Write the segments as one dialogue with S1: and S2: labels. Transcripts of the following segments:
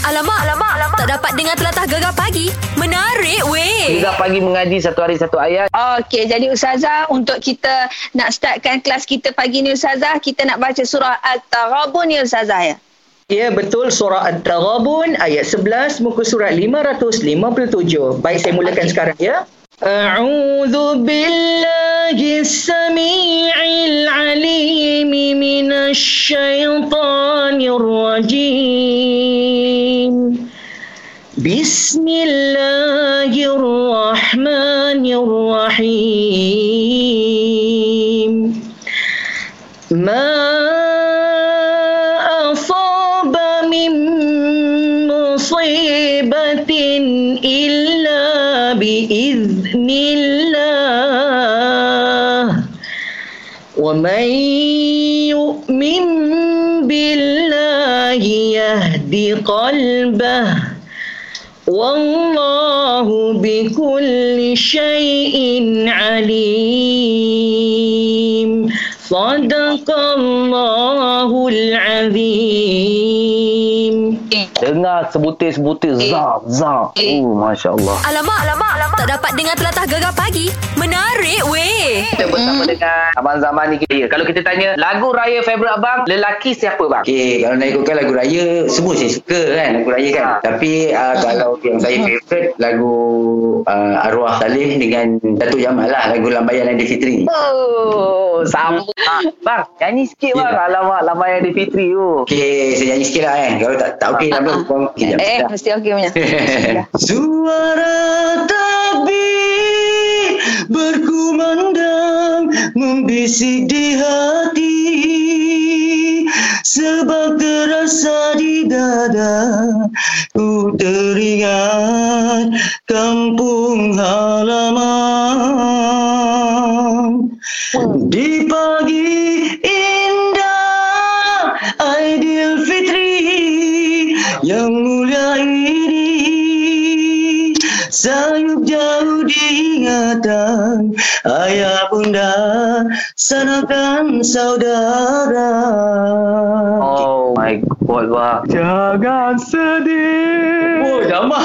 S1: Alamak, alamak, alamak. Tak dapat dengar telatah gegar pagi. Menarik weh.
S2: Gegar pagi mengaji satu hari satu ayat.
S3: Okey, jadi Ustazah untuk kita nak startkan kelas kita pagi ni Ustazah, kita nak baca surah Al-Taghabun ni Ustazah ya.
S4: Ya betul surah At-Taghabun ayat 11 muka surat 557. Baik saya mulakan
S3: Okey.
S4: sekarang ya. أعوذ بالله السميع العليم من الشيطان الرجيم بسم الله الرحمن الرحيم ما أصاب من مصيبة إلا بإذن الله ومن يؤمن بالله يهد قلبه والله بكل شيء عليم صدق الله العظيم
S2: Dengar sebutir-sebutir zap zap. Oh Masya Allah.
S1: Alamak, alamak, alamak. Tak dapat dengar telatah gegar pagi. Menarik weh.
S2: Kita bersama dengan Abang Zaman ni kita. Kalau kita tanya lagu raya favourite abang, lelaki siapa bang?
S5: Okay, kalau nak ikutkan lagu raya, semua saya suka kan lagu raya kan.
S2: Ha.
S5: Tapi uh, kalau yang saya favourite, lagu uh, Arwah Saleh dengan Datuk Jamal lah, lagu Lambayan Adi Fitri.
S2: Oh, sama. bang, nyanyi sikit bang.
S5: Ya.
S2: Alamak, lamai Adi Fitri oh. tu.
S5: Okay, saya nyanyi sikit lah kan. Kalau tak, tak okey, tak apa. Okay, jap.
S3: Eh, mesti okey punya.
S5: Suara tabir berkumandang membisik di hati sebab terasa di dada ku teringat kampung halaman di pagi indah Aidilfitri yang mulia ini Sayup jauh diingatan Ayah bunda Sanakan saudara
S2: Oh my god bang. Jangan sedih.
S5: Oh, jamak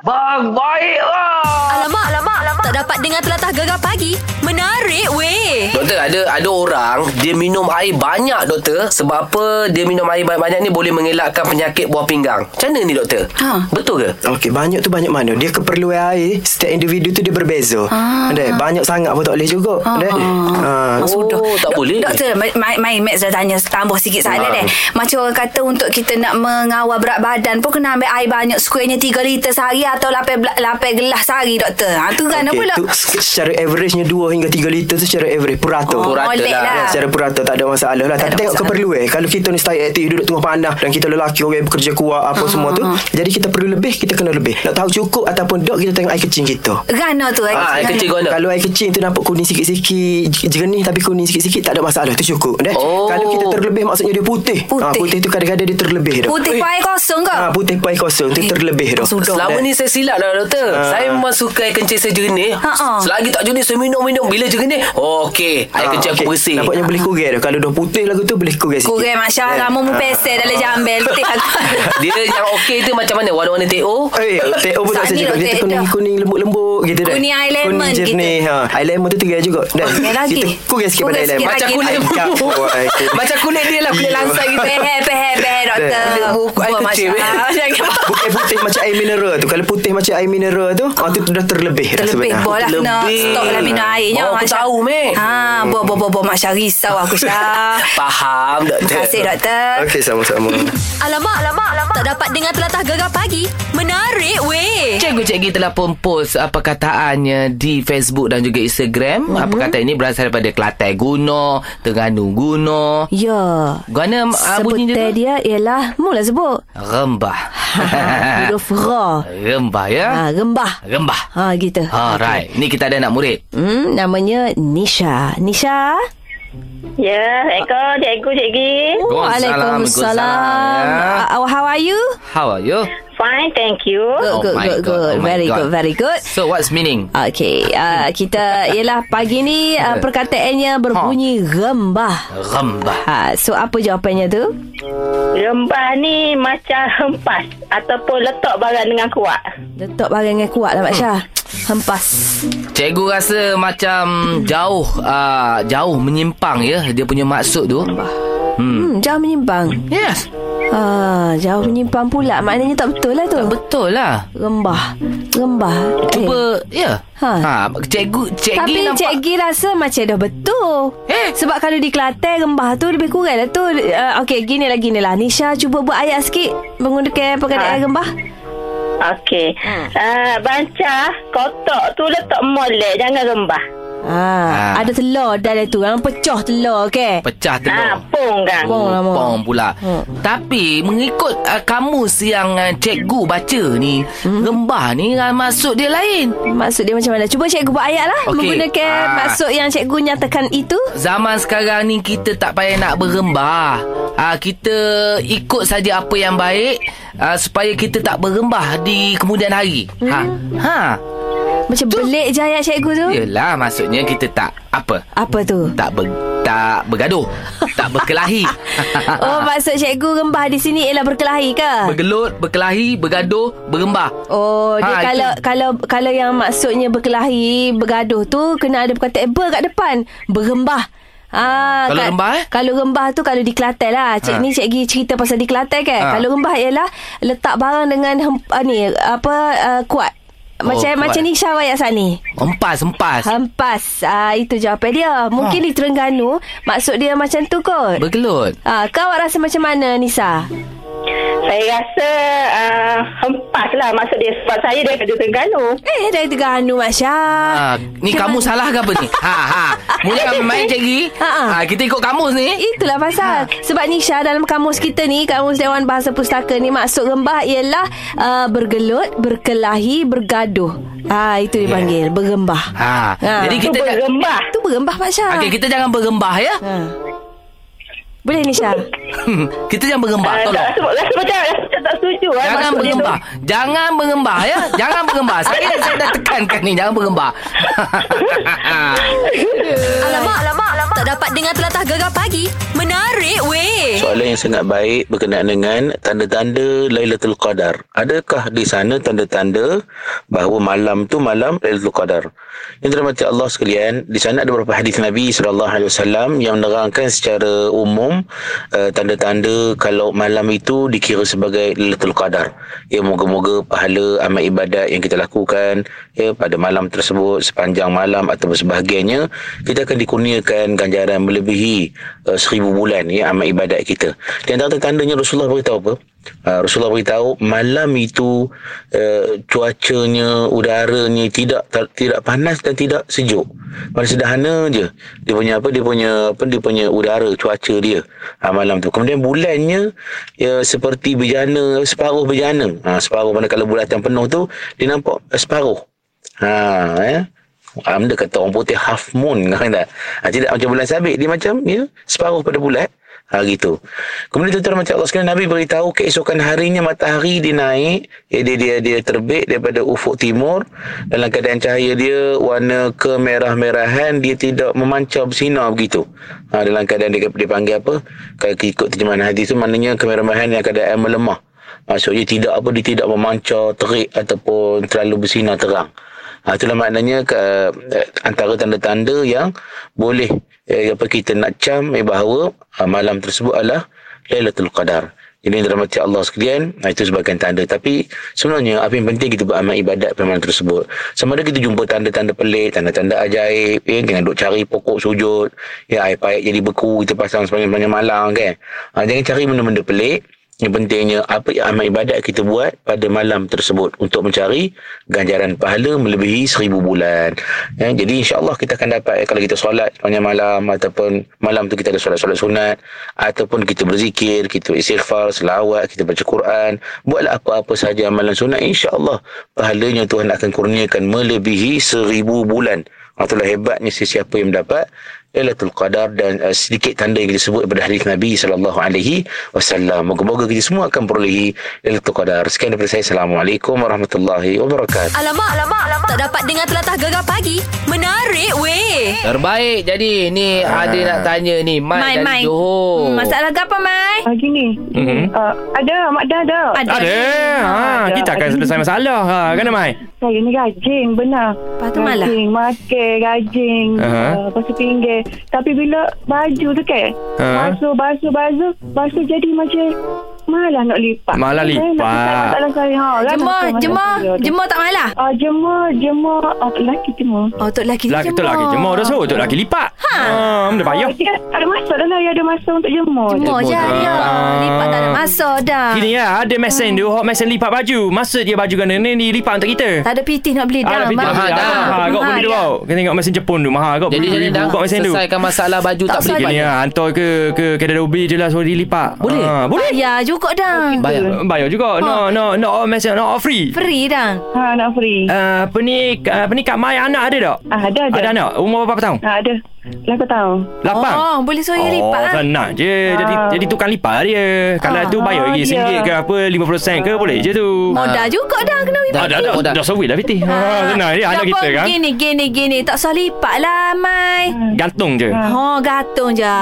S2: Bang, baik bang.
S1: Alamak, alamak, alamak. Tak dapat dengar telatah gegar pagi. Menarik weh.
S6: Doktor ada ada orang dia minum air banyak doktor sebab apa dia minum air banyak-banyak ni boleh mengelakkan penyakit buah pinggang. Macam mana ni doktor?
S7: Ha.
S6: Betul ke?
S8: Okey, banyak tu banyak mana? Dia keperluan air setiap individu tu dia berbeza.
S7: Ah.
S8: Dek, banyak sangat pun tak boleh juga.
S7: Ah,
S8: Dek.
S7: ah.
S8: Ha.
S7: Sudah.
S6: Oh, tak
S7: Dok-
S6: boleh.
S7: Doktor, mai- mai mai Max dah tanya tambah sikit soalan
S6: Ah.
S7: deh. Macam orang kata untuk kita nak mengawal berat badan pun kena ambil air banyak sekurangnya 3 liter sehari atau 8 8 gelas sehari doktor. Ha tu kan okay, pula.
S8: tu se- secara averagenya 2 hingga 3 liter tu secara average purata.
S7: Oh,
S6: purata
S7: molek
S6: lah.
S8: Ya, secara purata tak ada masalah lah.
S7: Tak
S8: Tapi
S7: ada
S8: tengok
S7: masalah.
S8: keperluan. Kalau kita ni stay aktif duduk tengah pandang dan kita lelaki orang yang bekerja kuat
S7: Ah,
S8: apa semua tu. Jadi kita perlu lebih, kita kena lebih. Nak tahu cukup ataupun dok kita tengok air kecil kita.
S7: Gano tu. eh.
S6: Ah, air kecil kau nak.
S8: Kalau air kecil tu nampak kuning sikit-sikit j- Jernih tapi kuning sikit-sikit Tak ada masalah Tu cukup deh.
S6: Oh.
S8: Kalau kita terlebih Maksudnya dia putih
S7: Putih.
S8: Ah, Putih tu kadang-kadang dia terlebih dah.
S7: Putih
S8: Eh.
S7: pun air kosong kau.
S8: Ah, putih pai kosong tu
S7: Eh,
S8: terlebih dah.
S7: sudah.
S6: Selama ni saya silap dah doktor.
S8: Ah.
S6: Saya memang suka air kencing saya jernih.
S7: Ha-ha.
S6: Selagi tak jernih saya minum-minum. Bila jernih, oh, okey. Air
S8: Ah,
S6: kencing aku
S8: okey.
S6: bersih.
S8: Nampaknya boleh kurang dah. Kalau dah putih lagu tu boleh kurang sikit.
S7: Kurang Masya Allah. Mu mu pesel dalam jambel. lah. Tih
S6: Eh.
S7: aku.
S6: Ah. Dia yang okey tu macam mana? Warna-warna TO.
S8: Eh, teh pun tak
S7: Saat ni
S8: sedap.
S7: dah
S8: Dia
S7: teh
S8: kuning
S7: dah.
S8: kuning lembut-lembut gitu dah.
S7: Kuning air lemon
S8: kuning jernih.
S7: gitu.
S8: Ha, air lemon tu tegar juga. Dah.
S7: Kurang lagi.
S8: Kita kurang sikit pada
S7: Kurang
S8: air lemon.
S7: sikit
S6: Macam
S7: lagi.
S6: kulit
S8: Ay,
S6: buku.
S8: kau, ay, kau.
S6: Macam kulit dia lah. Kulit
S8: Iya.
S6: langsar gitu.
S7: Pehe, pehe, pehe doktor.
S6: Dia buku Eh, air
S7: Wah,
S6: kecil,
S7: Masya
S6: eh.
S7: Allah. Jangan-
S8: Bukan putih macam air mineral tu. Kalau putih macam air mineral tu, ah tu dah terlebih. dah
S7: Terlebih
S9: ah,
S8: sebenarnya.
S7: Boh lah kena
S6: Terlebih.
S7: Stop lah minum airnya
S6: Oh, aku
S7: Masya-
S6: tahu, Mek.
S7: ha, Boh boh boh boh Masya risau aku Syah
S6: Faham doktor.
S7: Terima kasih doktor
S8: Okey, sama-sama.
S1: Alamak, alamak, alamak. Tak dapat dengar telatah gegar pagi. Menarik weh.
S9: Cikgu-cikgi telah pun post uh, perkataannya di Facebook dan juga Instagram. Mm-hmm.
S7: Mhm.
S9: Perkataan ini berasal daripada Kelantan guna, Terengganu guna.
S10: Ya.
S9: Gana uh,
S10: Sebutan
S9: bunyi dia? tu?
S10: dia ialah mula lah sebut.
S9: Rembah.
S10: Ha, huruf ra.
S9: Rembah ya.
S7: Ah.
S10: Ha, rembah.
S9: Rembah.
S10: Ha gitu.
S9: Alright. Ni kita ada anak murid.
S10: Hmm, namanya Nisha. Nisha,
S11: Ya, Eko, cikgu, cikgi.
S9: Waalaikumsalam.
S10: Waalaikumsalam. Uh, how are you?
S9: How are you?
S11: Fine, thank you.
S10: Good,
S9: Oh
S10: good,
S9: my
S10: good,
S9: God,
S10: good.
S9: oh my
S10: very
S9: God.
S10: good, very good.
S9: So what's meaning?
S10: Okay, uh, kita ialah pagi ni uh, perkataannya berbunyi rembah.
S9: Rembah.
S10: Ha, so apa jawapannya tu?
S11: Rembah ni macam hempas ataupun letak barang dengan kuat.
S10: Letak barang yang kuat lah Mak Syah. Hempas.
S9: Cikgu rasa macam jauh uh, jauh menyimpang ya dia punya maksud tu. Hmm.
S10: Hmm, jauh menyimpang.
S9: Yes.
S10: Ah, jauh menyimpang pula. Maknanya tak betul lah tu. Tak
S9: betul lah.
S10: Rembah. Rembah.
S9: Cuba, ya.
S10: Ha.
S9: Ha, cikgu cikgu
S10: Tapi
S9: nampak
S10: Cik Gi rasa macam dah betul. Eh? Sebab kalau di Kelantan, rembah tu lebih kurang lah tu. Uh, Okey, gini lah, gini lah. Nisha cuba buat ayat sikit menggunakan perkataan ha. rembah.
S11: Okey. Hmm. Uh, bancah kotak tu letak molek, jangan rembah.
S10: Ha. ha. Ada telur dalam tu. Yang pecah telur, okey?
S9: Pecah telur.
S10: Ah,
S11: pong kan.
S10: Pong lah, Mak.
S9: Pong pula. Hmm. Tapi mengikut uh, kamus yang uh, cikgu baca ni, hmm. rembah ni uh, maksud dia lain.
S10: Maksud dia macam mana? Cuba cikgu buat ayat lah.
S9: Okey.
S10: Okay. Menggunakan
S9: Ah.
S10: ha. maksud yang cikgu nyatakan itu.
S9: Zaman sekarang ni kita tak payah nak berembah. Ah kita ikut saja apa yang baik ah, supaya kita tak berembah di kemudian hari. Hmm. Ha. Ha.
S10: Macam tu. belik je ayat cikgu tu.
S9: Yelah maksudnya kita tak apa?
S10: Apa tu?
S9: Tak ber, tak bergaduh, tak berkelahi.
S10: Oh, maksud cikgu rembah di sini ialah berkelahi ke?
S9: Bergelut, berkelahi, bergaduh, berembah.
S10: Oh, dia
S9: Ha,
S10: kalau
S9: itu.
S10: kalau kalau yang maksudnya berkelahi, bergaduh tu kena ada perkataan eh, ber kat depan. Berembah. Ah,
S9: Kalau rembah, eh?
S10: Kalau rembah tu kalau di Kelantan lah. Cik
S9: Ha.
S10: ni cik Gi cerita pasal di Kelantan kan.
S9: Ha.
S10: Kalau rembah ialah letak barang dengan hemp, ah, ni apa uh, kuat.
S9: Oh,
S10: Macam
S9: kuat.
S10: macam ni Syah wayak sani.
S9: Empas, empas.
S10: Ha. Hempas. Ah, itu jawapan dia.
S9: Ha.
S10: Mungkin di Terengganu maksud dia macam tu kot.
S9: Bergelut.
S10: ah, kau awak rasa macam mana Nisa?
S11: Saya rasa uh, hempas lah maksud dia sebab saya daripada Terengganu.
S10: Eh, dari Terengganu Mak Syah.
S9: Ha, ni kamu salah ke apa ni? Ha ha. Mula kamu main cikgu.
S10: Ha, ha.
S9: Ha, kita ikut kamus ni.
S10: Itulah pasal ha. Sebab Nisha dalam kamus kita ni Kamus Dewan Bahasa Pustaka ni Maksud rembah ialah uh, Bergelut, berkelahi, bergaduh ha, Itu dipanggil yeah. Bergembah
S9: Ya. Ha. Jadi kita
S11: Tu
S9: ja-
S11: bergembah.
S10: Itu bergembah Pak Syah
S9: Okey, kita jangan bergembah ya.
S10: ha. Boleh Nisha?
S9: kita jangan bergembah,
S11: Ah,
S9: tolong.
S11: tak, sebab, rasa macam rasa macam tak setuju eh,
S9: Jangan
S11: maksud dia tu.
S9: bergembah. Jangan bergembah ya. Jangan bergembah. Saya saya dah tekankan ni jangan bergembah.
S1: Alamak, alamak, alamak. Tak dapat dengar telatah gegar pagi. Menarik weh.
S12: Soalan yang sangat baik berkenaan dengan tanda-tanda Lailatul Qadar. Adakah di sana tanda-tanda bahawa malam tu malam Lailatul Qadar? Yang dirahmati Allah sekalian, di sana ada beberapa hadis Nabi sallallahu alaihi wasallam yang menerangkan secara umum uh, tanda-tanda kalau malam itu dikira sebagai Lailatul Qadar. Ya moga-moga pahala amal ibadat yang kita lakukan ya pada malam tersebut sepanjang malam atau sebahagiannya kita akan dikurniakan ganjaran melebihi uh, seribu bulan ya amal ibadat kita. Di antara tandanya Rasulullah beritahu apa? Uh, Rasulullah beritahu malam itu uh, cuacanya, udaranya tidak tak, tidak panas dan tidak sejuk. Pada sederhana je dia punya apa dia punya apa dia punya udara cuaca dia uh, malam tu. Kemudian bulannya ya seperti bejana separuh bejana. Ha, separuh mana kalau bulatan penuh tu dia nampak uh, separuh. Ha eh. Anda kata orang putih half moon kan tak? Ha, tidak macam bulan sabit. Dia macam ya, separuh pada bulan. Ha, gitu. Kemudian tuan-tuan macam Allah sekalian Nabi beritahu keesokan harinya matahari dia naik, ya, dia, dia, dia terbit daripada ufuk timur dalam keadaan cahaya dia warna kemerah-merahan dia tidak memancar bersinar begitu. Ha, dalam keadaan dia, dia panggil apa? Kalau ikut terjemahan hadis tu maknanya kemerah-merahan yang keadaan melemah. Maksudnya tidak apa dia tidak memancar terik ataupun terlalu bersinar terang. Ha, itulah maknanya ke, eh, antara tanda-tanda yang boleh eh, apa kita nak cam eh, bahawa ha, malam tersebut adalah Lailatul Qadar. Jadi yang dirahmati Allah sekalian, ha, itu sebagai tanda. Tapi sebenarnya apa yang penting kita beramal ibadat pada malam tersebut. Sama ada kita jumpa tanda-tanda pelik, tanda-tanda ajaib, ya, jangan duk cari pokok sujud, ya, air pahit jadi beku, kita pasang sepanjang-panjang malam kan. Ha, jangan cari benda-benda pelik. Yang pentingnya apa yang amal ibadat kita buat pada malam tersebut untuk mencari ganjaran pahala melebihi seribu bulan. Ya, jadi insyaAllah kita akan dapat eh, kalau kita solat sepanjang malam ataupun malam tu kita ada solat-solat sunat ataupun kita berzikir, kita istighfar, selawat, kita baca Quran. Buatlah apa-apa sahaja amalan sunat insyaAllah pahalanya Tuhan akan kurniakan melebihi seribu bulan. Ah, Itulah hebatnya Ha, sesiapa yang mendapat Lailatul Qadar dan uh, sedikit tanda yang disebut daripada hadis Nabi sallallahu alaihi wasallam. Moga-moga kita semua akan perolehi Lailatul Qadar. Sekian daripada saya. Assalamualaikum warahmatullahi wabarakatuh.
S13: Alamak, alamak, alamak. Tak dapat dengar telatah gegar pagi. Menarik weh.
S9: Terbaik jadi Ni ha. ada nak tanya ni Mai,
S13: Mai,
S9: dari
S13: Mai. Hmm,
S9: Johor
S13: masalah
S10: Apa, Mai?
S14: Ah, gini.
S15: Mhm.
S14: Ah, ada, Mak Dah ada.
S15: Ada. Ada. Ha, kita akan selesai masalah. Ha, kan Mai?
S14: Ah, Saya ni rajin benar. Lepas
S10: tu malah?
S14: Rajin, makan, rajin.
S15: Aha.
S14: Uh-huh. Lepas tu pinggir. Tapi bila baju tu kan,
S15: Ha.
S14: basuh, basuh, basuh, basuh jadi macam malah nak lipat.
S15: Malah
S14: Saya nak
S15: lipat.
S14: letak Masalah saya. Ha, kan?
S10: Jemur,
S14: Masalah
S10: jemur,
S14: saya tu.
S10: jemur tak malah?
S14: Ah, jemur, jemur. Ah, tok lelaki jemur.
S10: Oh, tok lelaki Oh,
S15: Laki tu lagi jemur dah suruh. Tu lagi lipat. Ha. Ha, dah payah.
S14: Oh, dia ada masa dah lah. Dia ada masa untuk jemur.
S10: Jemur je ada.
S15: Ah.
S10: Lipat tak ada masa
S11: Ha.
S10: dah.
S15: Gini ya, ada mesin tu, hot mesin lipat baju. Masa dia baju gana ni, ni lipat untuk kita.
S10: Tak ada pitih nak beli
S15: Ah,
S10: dah. Mak.
S15: mahal dah. Ha, kau beli
S11: ya.
S15: tu kau. Kena tengok mesin Jepun tu mahal kau.
S9: Jadi jadi
S15: Beribu-ribu
S9: dah
S15: kau mesin tu.
S9: Selesaikan masalah baju tak, beli
S15: Gini ya, hantar ke ke kedai Dobi je lah suruh dilipat. Boleh. Ha, boleh.
S10: Bayar juga Ya, dah.
S15: Bayar. Bayar
S11: Ha.
S15: juga. No, no, no, mesin no free.
S10: Free dah.
S14: Ha, nak free.
S15: Uh, apa ni, uh, apa ni Kak Mai anak ada tak?
S14: Ah, ada, ada.
S15: Ada anak? Umur berapa tahun?
S14: Ah, ada. Lapan tahun.
S15: Lapang?
S14: Oh, boleh suruh dia lipat, ah.
S15: Oh, senang je. Jadi
S14: Ah.
S15: jadi tukang lipat lah dia. Kalau
S14: Ah.
S15: tu bayar lagi
S14: Ah,
S15: RM1
S14: ya.
S15: ke apa, RM50 ke boleh je tu.
S10: Modal juga dah kena lipat.
S15: Dah, Ah, dah, dah, dah, dah sawit dah Fiti.
S14: Ah,
S15: Ha, senang je anak
S10: Dah
S15: kita
S10: pun
S15: kan.
S10: Gini, gini, gini. Tak usah lipat lah, Mai.
S15: Gantung je.
S10: Oh, gantung je.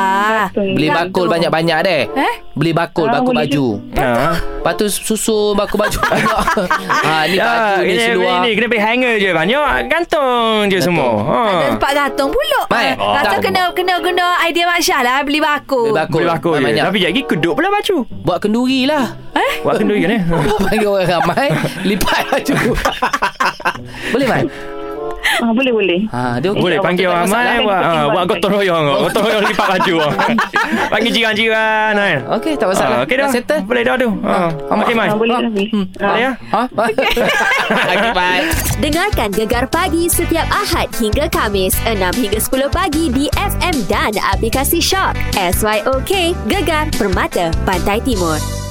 S9: Beli bakul banyak-banyak deh
S10: Eh?
S9: Beli bakul
S10: Ah,
S9: Bakul
S10: boleh
S9: baju
S15: Ha.
S9: Lepas tu susun bakul baju ha, Ni baju
S15: Ah, kena
S9: ni
S15: beli
S9: seluar
S15: ni, kena beli hanger je banyak. Gantung je semua. Ha.
S10: Tempat gantung pula.
S15: Mai,
S10: Ah, Rasa
S15: tak-
S10: kena kena guna idea Mak Syah lah. Beli
S15: Beli
S10: bakul.
S15: bakul je.
S9: banyak-banyak.
S15: Tapi jadi keduk pula baju.
S9: Buat kenduri lah
S10: Eh?
S15: Buat kenduri kan eh?
S9: Panggil orang ramai Lipat baju Boleh Mai?
S14: Ah, boleh, boleh.
S9: Ha, dia okey.
S15: Boleh panggil
S9: Tak
S15: orang
S9: masalah.
S15: ramai buat, ha, buat gotong royong. Gotong royong lipat baju. Panggil jiran-jiran kan.
S9: Okey, tak masalah.
S15: Okey dah.
S9: Dah settle? Ah.
S15: Boleh dah tu. Ha. Okey
S14: Ah,
S15: Mai. Boleh ya?
S9: Ha? Okay, bye.
S1: Dengarkan Gegar Pagi setiap Ahad hingga Kamis 6 hingga 10 pagi di FM dan aplikasi Shock. SYOK Gegar Permata Pantai Timur.